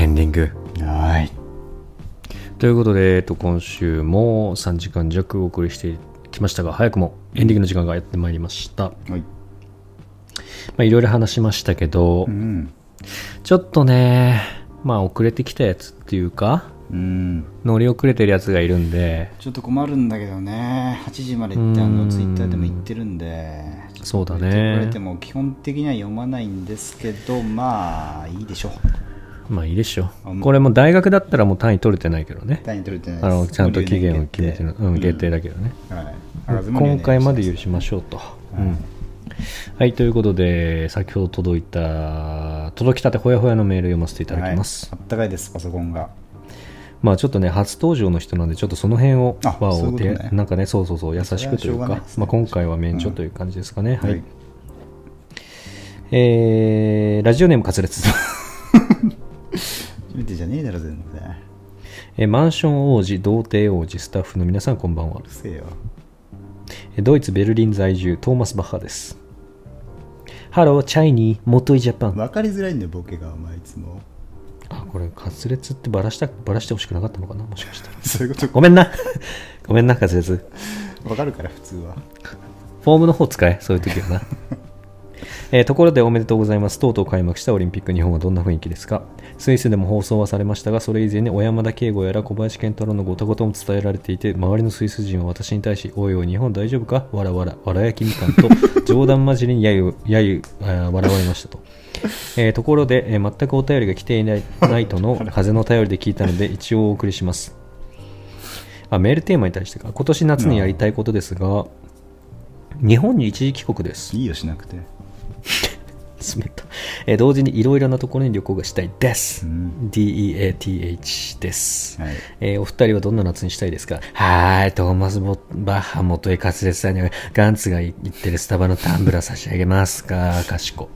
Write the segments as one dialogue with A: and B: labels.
A: エンディング。
B: はい。
A: ということで、えっと、今週も3時間弱お送りしてきましたが、早くもエンディングの時間がやってまいりました。ま
B: はい。
A: あ、いろいろ話しましたけど、
B: うん。
A: ちょっとね、まあ、遅れてきたやつっていうか、
B: うん。
A: 乗り遅れてるやつがいるんで、
B: ちょっと困るんだけどね。8時までってあ
A: う
B: の
A: ん
B: ツイッターでも言ってるんで。
A: そうだね
B: 言ってくれても基本的には読まないんですけど、まあいいでしょう。
A: まあいいでしょ
B: あ。
A: これも大学だったらもう単位取れてないけどね。
B: 単位取れてない
A: あのちゃんと期限を決めてる、うん、
B: 決
A: 限定だけどね。
B: はい。
A: 今回まで許しましょうと。うんはい、ということで、先ほど届いた、届きたてほやほやのメール読ませていただきます。
B: はいあったかいです、パソコンが。
A: まあちょっとね、初登場の人なんで、ちょっとその辺を、
B: あ
A: 和
B: そういう
A: を
B: こと
A: て、
B: ね
A: なんかね、そうそうそう、優しくと
B: そ
A: い
B: れはしょ
A: う
B: う
A: か、
B: がないですね
A: まあ、今回は免除という感じですかね。はい、
B: はい
A: えーラジオネームカツレツ。
B: 初めてじゃねえだろ、全然。
A: えーマンション王子、童貞王子、スタッフの皆さん、こんばんは
B: うる。せえよ。
A: えードイツ・ベルリン在住、トーマス・バッハです。ハロー、チャイニー、モトイ・ジャパン。
B: わかりづらいんだよ、ボケが、お前いつ も。
A: あ、これ、カツレツってバラした、バラしてほしくなかったのかなもしかしたら。
B: そういうこ
A: ごめんな。 ごめんな、カツレツ。
B: と、わかるから、普通は。
A: フォームの方使え、そういう時はな。 えーところでおめでとうございます。とうとう開幕したオリンピック日本はどんな雰囲気ですかスイスでも放送はされましたが、それ以前に小山田圭吾やら小林健太郎のごたごたも伝えられていて、周りのスイス人は私に対し、おいおい、日本大丈夫かわらわら、わら焼きみかんと、冗談交じりにやゆ、やゆ、あー笑われましたと。えーところで、えー全くお便りが来ていないないとの風の便りで聞いたので、一応お送りします。あメールテーマに対してか、今年夏にやりたいことですが、日本に一時帰国です。
B: いいよ、しなくて。
A: 冷た、えー同時にいろいろなところに旅行がしたいです、
B: うん
A: DEATH です、
B: はい
A: えーお二人はどんな夏にしたいですかはーいトーマスボ・バッハ元へカツレツさんにはガンツが言ってるスタバのタンブラー差し上げますか かしこ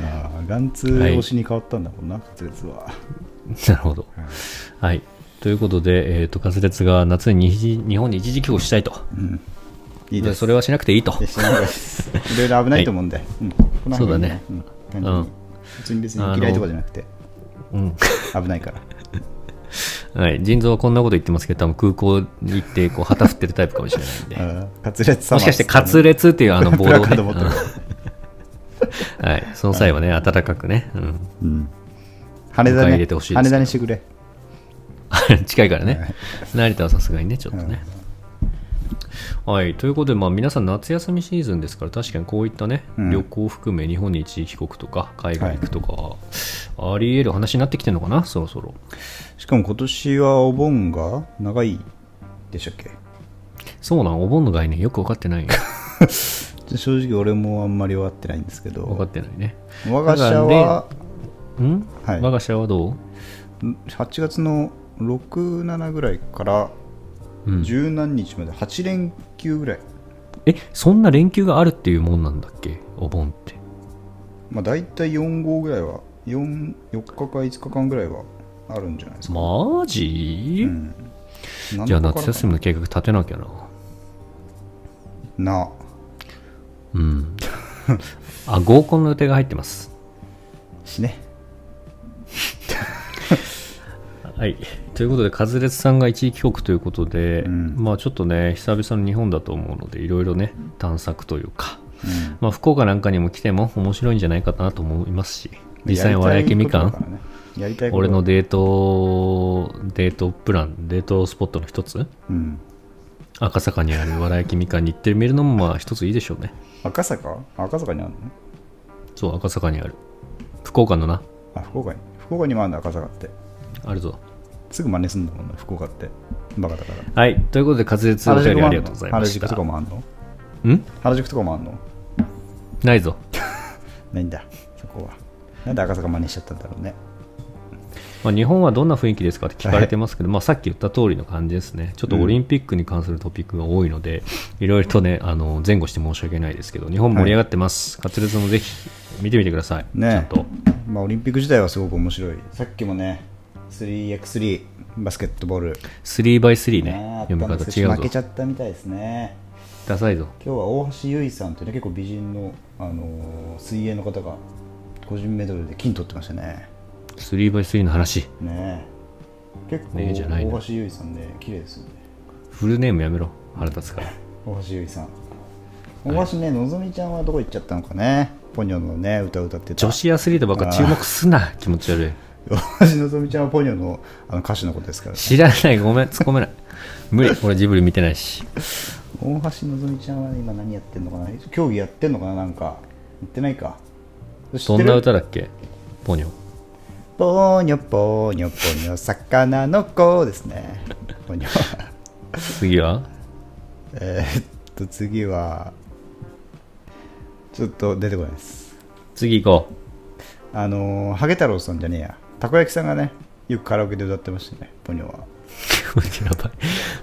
B: ああ、ガンツ推しに変わったんだもんな、カツレツは。
A: なるほど
B: はい
A: はいということで、えー、とカツレツが夏に日日本に一時帰国したいと
B: うんいいです。
A: それはしなくていいと
B: いやしない方がいいです。いろいろ危ないと思うんで。うんこの
A: そうだ
B: 辺
A: ね
B: うん単
A: う
B: 純
A: ん
B: に普通に別に嫌いとかじゃなくて、
A: うん
B: 危ないから。
A: はい、腎臓はこんなこと言ってますけど、多分空港に行ってこう旗振ってるタイプかもしれ ないんで、
B: うんカツレツ様
A: もしかして、カツレツっていうあのボ
B: ブ
A: ー
B: ラ
A: ドを
B: カード持
A: ね
B: ってる。
A: うんはい、その際はね、暖かくね、うん、
B: うん羽田
A: 迎え
B: ね
A: 入れてほしいですけど
B: 羽田にしてくれ。
A: 近いからね、成田はさすがにね、ちょっとね。はい、ということで、まあ、皆さん、夏休みシーズンですから、確かにこういったね、
B: うん
A: 旅行含め、日本に一時帰国とか、海外行くとか、あり得る話になってきてるのかな、そろそろ。
B: しかも今年はお盆が長いでしたっけ
A: そうなん、お盆の概念、よく分かってない よ、
B: 正直俺もあんまり分かってないんですけ
A: 分かっ
B: ど
A: てないね。
B: 我が社は
A: ん、
B: はい
A: 我が社はどう
B: 8月の67ぐらいから
A: うん
B: 十何日まで8連休ぐらい、
A: えそんな連休があるっていうもんなんだっけお盆って
B: まあ、大体4号ぐらいは 4, 4日か5日間ぐらいはあるんじゃないですか、
A: マジ、
B: うん
A: じゃあ
B: なんと
A: 夏
B: か
A: 休みの計画立てなきゃな
B: な
A: うん あ合コンの予定が入ってます
B: しね
A: はいということでカズレツさんが一時帰国ということで、
B: うん
A: まあちょっとね久々の日本だと思うのでいろいろね探索というか、
B: うん
A: まあ、福岡なんかにも来ても面白いんじゃないかなと思いますし実際にわら焼きみかん
B: やりたいことだらねやりたいこと
A: 俺のデートデートプランデートスポットの一つ
B: うん
A: 赤坂にあるわら焼きみかんに行ってみるのもまあ一ついいでしょうね
B: 赤坂赤坂にあるの
A: そう赤坂にある福岡のな
B: あ福岡に福岡にもあるんだ赤坂って
A: あるぞ
B: すぐ真似すんだもんな福岡ってバカだから
A: はいということで滑舌お便りありがとうございま
B: 原
A: し
B: 宿
A: た
B: とかもあんの
A: ん
B: 原宿とかもあんの
A: ないぞ
B: ないんだそこはなんで赤坂真似しちゃったんだろうね
A: まあ、日本はどんな雰囲気ですかって聞かれてますけど、まあ、さっき言った通りの感じですね、ちょっとオリンピックに関するトピックが多いので、いろいろとね、あの前後して申し訳ないですけど、日本盛り上がってます、滑舌もぜひ見てみてください、
B: ね
A: ちゃんと。
B: まあ、オリンピック自体はすごく面白いさっきもね 3x3 バスケットボール、
A: 3x3 ね、
B: ね
A: 読み方
B: あったんです
A: 違
B: けど
A: う
B: 負けち
A: ぞ、
B: ゃったみたいですね
A: ダサいぞ、
B: 今日は大橋悠依さんというね結構美人の、あのー水泳の方が個人メドレーで金取ってましたね
A: 3x3 の話
B: ねえ結構
A: ねえじゃないな
B: 大橋悠依さんで綺麗ですよね
A: フルネームやめろ腹立つから
B: 大橋悠依さん大橋ね、のぞみちゃんはどこ行っちゃったのかねポニョのね歌歌ってた
A: 女子アスリートばっか注目すな気持ち悪い
B: 大橋のぞみちゃんはポニョのあの歌手のことですからね
A: 知らないごめん突っ込めない無理俺ジブリ見てないし
B: 大橋のぞみちゃんはね今何やってんのかな競技やってんのかななんか言ってないか知って
A: ど
B: る
A: んな歌だっけポニョ
B: ポニョポニョポニョ魚の子ですね ポニョ
A: 次は
B: えーっと次はちょっと出てこないです
A: 次行こ
B: あのーハゲ太郎さんじゃねえやたこ焼きさんがねよくカラオケで歌ってましたねポニョは
A: う やばい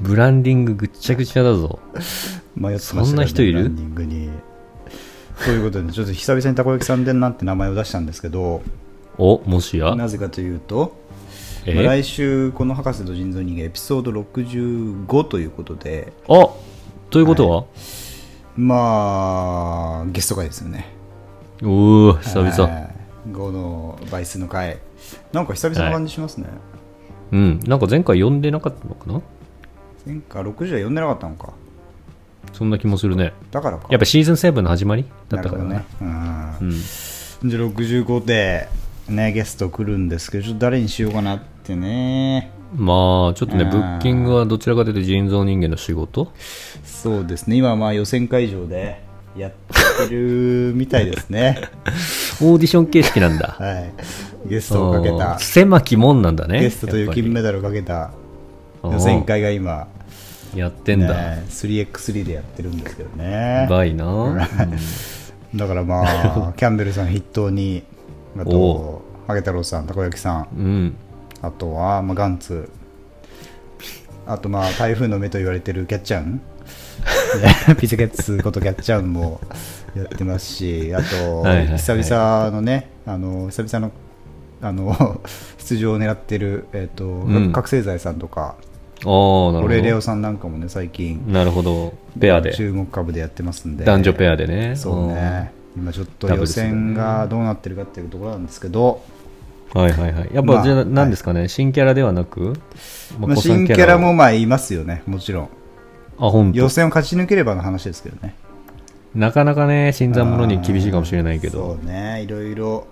A: ブランディングぐっちゃぐちゃだぞ
B: 迷ってました
A: そんな人いる
B: ランニングにということでちょっと久々にたこ焼きさんでなんて名前を出したんですけど
A: おもしや
B: なぜかというと
A: え
B: まあ来週この「博士と人造人間」エピソード65ということで
A: あということは、
B: まあゲスト回ですよね
A: おお久々
B: はい5の倍数の回なんか久々な感じしますね、
A: うんなんか前回呼んでなかったのかな
B: 前回60は読んでなかったのか
A: そんな気もするね
B: だからか
A: やっぱシーズン7の始まりだった
B: なる
A: か
B: ほ
A: ら
B: ど
A: ね
B: ねうん
A: うん
B: じゃあ65でねゲスト来るんですけどちょっと誰にしようかなってね
A: まあちょっとね
B: うん
A: ブッキングはどちらかというと人造人間の仕事
B: そうですね今はまあ予選会場でやってるみたいで すね
A: オーディション形式なんだ
B: はいゲストをかけ
A: うん
B: た
A: 狭きもんなんだね
B: ゲストとい
A: や
B: う
A: っぱり
B: 金メダルをかけた予選会が今、
A: やってんだ、
B: ね、3x3 でやってるんですけどね
A: うまいな、
B: だか らまあキャンベルさん筆頭にあ
A: お
B: とハゲ太郎さんたこ焼きさん
A: うんうん
B: あとは、まあ、ガンツあとまあ台風の目と言われてるキャッチャ ンねピザキャッツことキャッチャンもやってますしあと
A: はいはいはい
B: 久々のねあの久々のあの 出場を狙ってる、えっと
A: ん
B: 覚醒剤さんとか
A: ああな
B: オレレ
A: るほ
B: オさんなんかもね最近
A: どなるほどペアで
B: 注目株でやってますんで
A: 男女ペアでね
B: そうね、今ちょっと
A: ダブ
B: 予
A: ルスだね
B: 選がどうなってるかっていうところなんですけど、
A: うんはいはいはいやっぱ、
B: まあ
A: じゃあ何ですかね、新キャラではなく、ま
B: まあ、
A: 古参
B: 新キャラもまあいますよね、もちろん。
A: をあ本当
B: 予選を勝ち抜ければの話ですけどね。
A: なかなかね新参者に厳しいかもしれないけど
B: そうね、いろいろ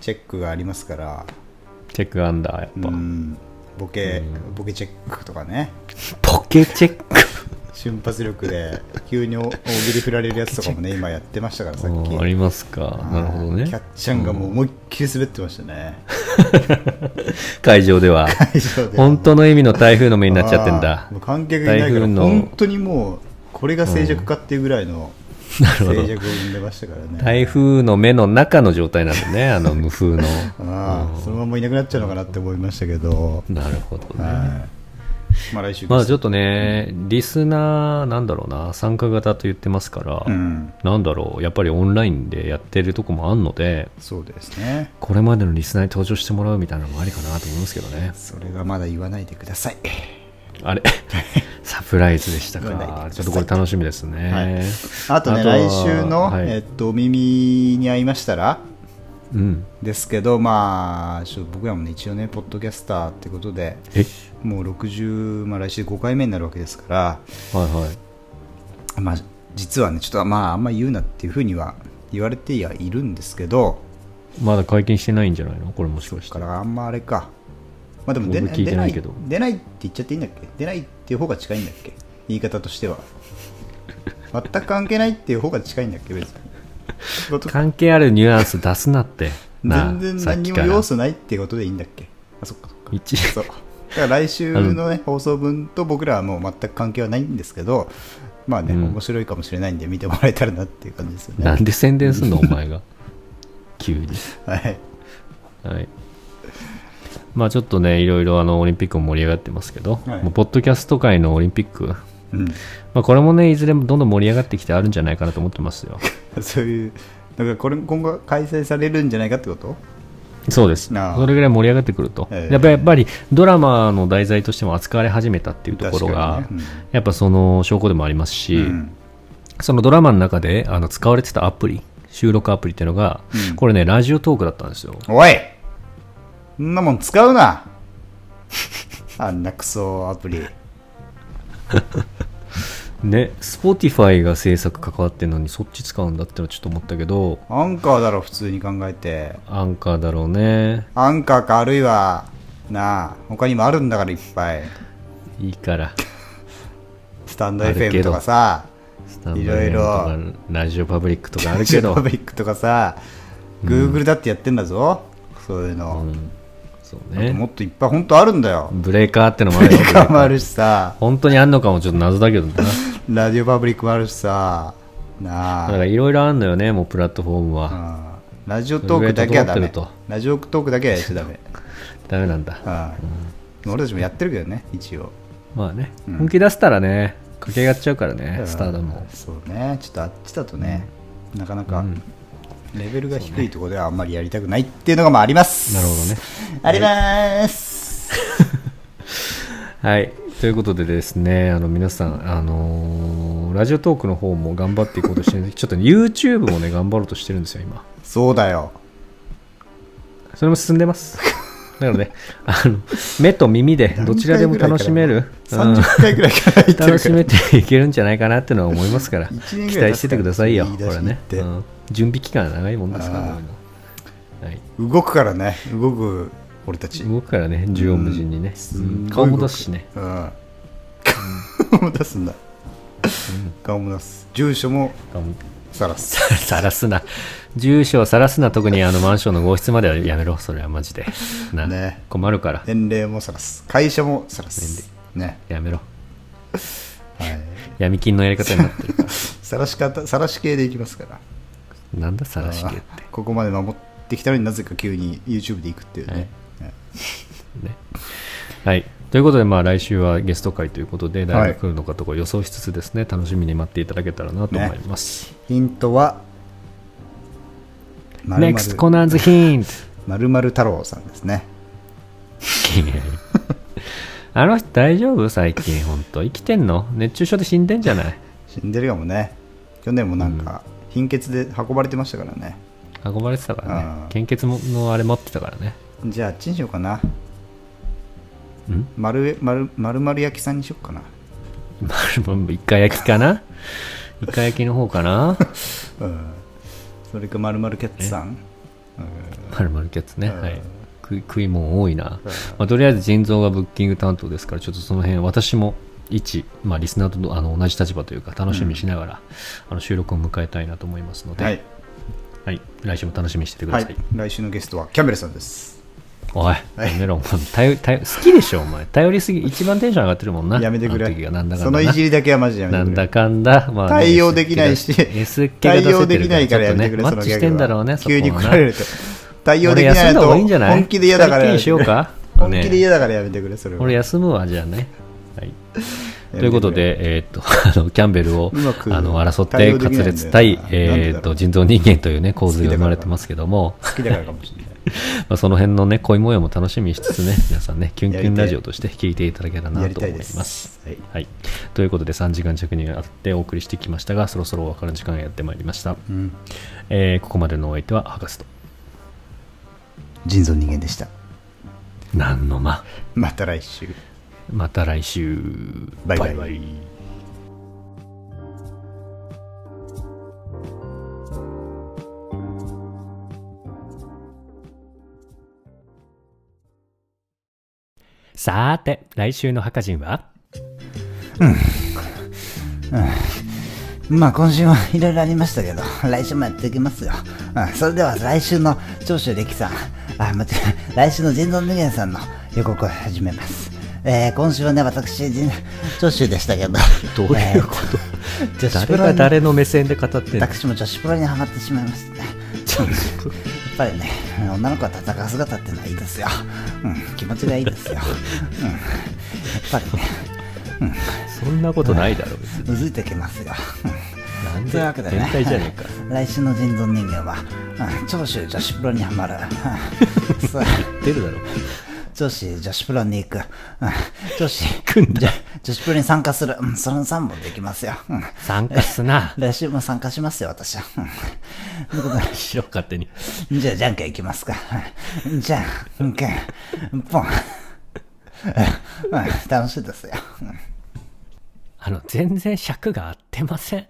B: チェックがありますから、
A: チェックアンダーやっ
B: う
A: ぱ、
B: ん、ボケ、ボケチェックとかね、
A: ポケチェック
B: 瞬発力で急に大喜利振られるやつとか もね、今やってましたから、さっき。
A: うんありますかなるほど
B: キャ
A: ね
B: ッチャンがもう思いっきり滑ってました ね。
A: 会場で は
B: 以上で
A: 本当の意味の台風の目になっちゃってんだ
B: あーもう観客いない
A: 台
B: か
A: 風
B: ら
A: の
B: 本当にもうこれが静寂かっていうぐらいの静寂を生んでましたからね
A: 台風の目の中の状態なんだねあの無風の
B: あーそのままいなくなっちゃうのかなって思いましたけど、
A: なるほどね、
B: はいまあ来週
A: まあちょっとね、リスナー、なんだろうな、参加型と言ってますから、
B: うん
A: なんだろう、やっぱりオンラインでやってるとこもあんので、
B: そうですね
A: これまでのリスナーに登場してもらうみたいなのもありかなと思いますけどね。
B: それはまだ言わないでください
A: あれサプライズでした
B: 言わないでく
A: か
B: だ。さい
A: ちょっとこれ楽しみですね。
B: はいあとね
A: は
B: 来週の、
A: はい
B: えっとお耳に合いましたら
A: うん。
B: ですけどまあちょっと僕らもね一応ねポッドキャスターってことで
A: え
B: もう60、まあ、来週5回目になるわけですから
A: はいはい。
B: まあ、実はね、ちょっとまあ、あんま言うなっていうふうには言われてはいるんですけど、
A: まだ会見してないんじゃないのこれもしかし
B: だか
A: て。
B: らあんまあれか、まあでも出
A: 僕聞いて
B: 出
A: な
B: ないい
A: けど
B: 出ないって言っちゃっていいんだっけ出ないっていう方が近いんだっけ言い方としては。全く関係ないっていう方が近いんだっけ別 に。
A: 関係あるニュアンス出すなって。なあ
B: 全然
A: さっ
B: 何
A: き
B: に
A: か
B: も
A: ら
B: 要素ないっていうことでいいんだっけあ、そっかそっか。
A: 一
B: そう。だから来週のね、放送分と僕らはもう全く関係はないんですけど、まあね、
A: うん
B: 面白いかもしれないんで見てもらえたらなっていう感じですよね。
A: なんで宣伝すんの、お前が。急に。
B: はい。
A: はい。まあちょっとね、いろいろあのオリンピックも盛り上がってますけど、
B: はい
A: もうポッドキャスト界のオリンピック、
B: うん
A: まあ、これもね、いずれもどんどん盛り上がってきてあるんじゃないかなと思ってます よ。
B: そういう、だからこれ今後開催されるんじゃないかってこと
A: そうです。
B: ああ
A: それぐらい盛り上がってくると。
B: ええ
A: やっぱやっぱりドラマの題材としても扱われ始めたっていうところが
B: 確、かにね
A: やっぱその証拠でもありますし、
B: うん
A: そのドラマの中であの使われてたアプリ、収録アプリっていうのが、
B: うん
A: これね、ラジオトークだったんですよ。
B: おいんなもん使うな あんなクソアプリ
A: ね、Spotify が制作関わってるのにそっち使うんだってのはちょっと思ったけど、
B: アンカーだろ普通に考えて
A: アンカーだろうね。
B: アンカーかあるいはなあ他にもあるんだからいっぱい
A: いいから。
B: スタンド
A: あるけど
B: FM とかさ
A: スタンド
B: いろいろ
A: FM とかラジオパブリックとかあるけど
B: パ。ブリックとかさ Google だってやってんだぞ、そういう
A: う
B: の、
A: ん、そう
B: あと
A: ね。
B: もっといっぱい本当あるんだよ
A: ブレーカーってのもあ
B: ブ
A: る
B: レ
A: よ。
B: ーカーもあるしさ
A: 本当にあんのかもちょっと謎だけどな。
B: ラジオパブリックもあるしさな
A: だ
B: あ
A: からいろいろあんのよね、もうプラットフォームは。
B: うんラジオトークだけはダ
A: それぐらい
B: メ
A: 整ってる
B: ラジオトークだけはやっちゃダメ、
A: ダメなんだ。
B: うん、俺たちもやってるけどね一応
A: まあね、
B: うん
A: 本気出したらね、駆け上がっちゃうからね、スターダム
B: う
A: も
B: ん。そうねちょっとあっちだとね、なかなか
A: うん
B: レベルが低いところではあんまりやりたくないっていうのがまああります
A: なるほどね
B: あります、
A: はい。ということでですね、あの皆さん、あのーラジオトークの方も頑張っていこうとしてるんで ちょっとね YouTube もね、頑張ろうとしてるんですよ、今。
B: そうだよ
A: それも進んでます。 なので、あの、目と耳でどちらでも楽しめる、うん
B: 30回ぐらいから言ってるから
A: 楽しめていけるんじゃないかなってのは思いますから、期
B: 一年
A: 待
B: ぐらい経つから
A: しててくださいよ、
B: 言い
A: こ
B: 出し
A: れ
B: に行
A: ね
B: っ。て
A: うん準備期間長いもんですから、
B: あー
A: こういうのはい。
B: 動くからね動く俺たち
A: 動くからね、縦横無尽にね、
B: す
A: うん
B: ごい動く
A: 顔も出すしね。
B: うん顔も出すんだ顔も出す住所も
A: 顔も
B: さらす
A: さらすな。住所をさらすな、特にあのマンションの号室まではやめろ、それはマジで。な、
B: ね
A: 困るから、
B: 年齢もさらす会社もさらすね
A: やめろ。
B: はい
A: 闇金のやり方になってるから。
B: さらし方さらし系でいきますから
A: なんだ、さらし系って。
B: ここまで守ってきたのになぜか急に YouTube で行くっていうね、はい
A: ね。はい。ということで、まあ、来週はゲスト会ということで、誰が来るのかとか予想しつつですね、楽しみに待っていただけたらなと思います。
B: ヒントはまる
A: NEXT コナンズヒント
B: まる太郎さんですね
A: あの人大丈夫最近、本当生きてんの熱中症で死んでんじゃない
B: 死んでるかもね去年もなんか貧血で運ばれてましたからね、
A: 運ばれてたから
B: う
A: ね
B: ん。
A: 献血ものあれ持ってたからね。
B: じゃああっちにしようかなん丸丸丸丸焼きさんにしようかな
A: まあ、イカ焼きかなイカ焼きの方かな
B: うんそれか丸丸キャッツさんうん
A: まるまるキャッツね。
B: うん
A: はい。食い食いもん多いな。まあ、とりあえず腎臓がブッキング担当ですから、ちょっとその辺、私も一、まあ、リスナーとのあの同じ立場というか、楽しみにしながら、あの収録を迎えたいなと思いますので、
B: は
A: はいい、、来週も楽しみにしててく
B: は
A: だ
B: い
A: さい。
B: 来週のゲストはキャンベルさんです
A: おい、
B: はい
A: やめろ、お前頼頼好きでしょ、お前。頼りすぎ、一番テンション上がってるもんな。
B: やめてく
A: あ
B: れ
A: の時がなんだか
B: そ
A: んだ
B: の
A: ない
B: じりだけはマジでやめ
A: な
B: て
A: ん
B: くれ
A: だかんだ、まあね
B: 対応できないし
A: S 系が S 系が出せてる
B: 対応できないからやってくれ
A: ちょ
B: そ
A: とねマ
B: の
A: ッ
B: ギ
A: チ
B: ャ
A: し
B: グ
A: てんだろうね、
B: は
A: そこ
B: 急
A: はな
B: に来られると対応
A: 俺
B: できない
A: 休んだ
B: と
A: 方がいいんじゃない
B: 本気で嫌だから
A: 再建
B: やめて
A: し
B: く
A: よう
B: れ
A: か。
B: 本気
A: ね
B: で嫌だからやめてくれそれは
A: 俺休むわ、じゃあね。はい。
B: やめてくれ
A: ということで、えーっと、 あの、キャンベルを、
B: うまく
A: あの、争っ
B: 対
A: て、
B: 応でき
A: 滑
B: ないんだよな
A: 裂対
B: なん、でだろう
A: えーっと、人造人間というね、構図が生まれてますけども、
B: 好きだからかもしれない
A: まあ、その辺のね、恋模様も楽しみにしつつ ね、皆さんね、キュンキュンラジオとして聞いていただけたら
B: や
A: な
B: り
A: と
B: た
A: 思
B: い
A: い
B: で
A: ますす。
B: はい
A: はい。ということで、3時間弱にわたってお送りしてきましたが、そろそろお別れの時間がやってまいりました。
B: うん
A: えーここまでのお相手は、博士と。
B: 人造人間でした
A: なんの間。
B: また来週
A: また来週。
B: バイバイ
A: イさーて、来週の墓人は
B: まあ今週はいろいろありましたけど、 来週もやっていきますよ。うん、それでは来週の長州力さん、あ、間違え、 来週の人造人間さんの予告を始めます。えー、今週はね、私、人長州でしたけど、
A: どういうこと
B: え ーと女子プ
A: 誰
B: ロ
A: が
B: に、
A: 誰の目線で語ってんの
B: 私も女子プロにハマってしまいましたね。やっぱりね、女の子は戦う姿ってのはいいですよ。うん、気持ちがいいですよ。うん、やっぱりね、
A: そんなことないだろ、別に。
B: うずいてきますよ。うん
A: なん
B: というわけ
A: で
B: で
A: 変
B: ね
A: 態じゃねえか。
B: 来週の人造 人間は、うん長州女子プロにハマるうんそう
A: 出るだろ。
B: 女子女子プロに行く、うん、女子女女子プロに参加する、うん、その3本できますよ、うん、
A: 参加す な
B: 来週も参加しますよ私は、うん、ということで
A: しろ勝手に
B: じゃあ、じゃんけんいきますか。じゃんけん、ポン。うん楽しいですよ。うん
A: あの全然尺が合ってません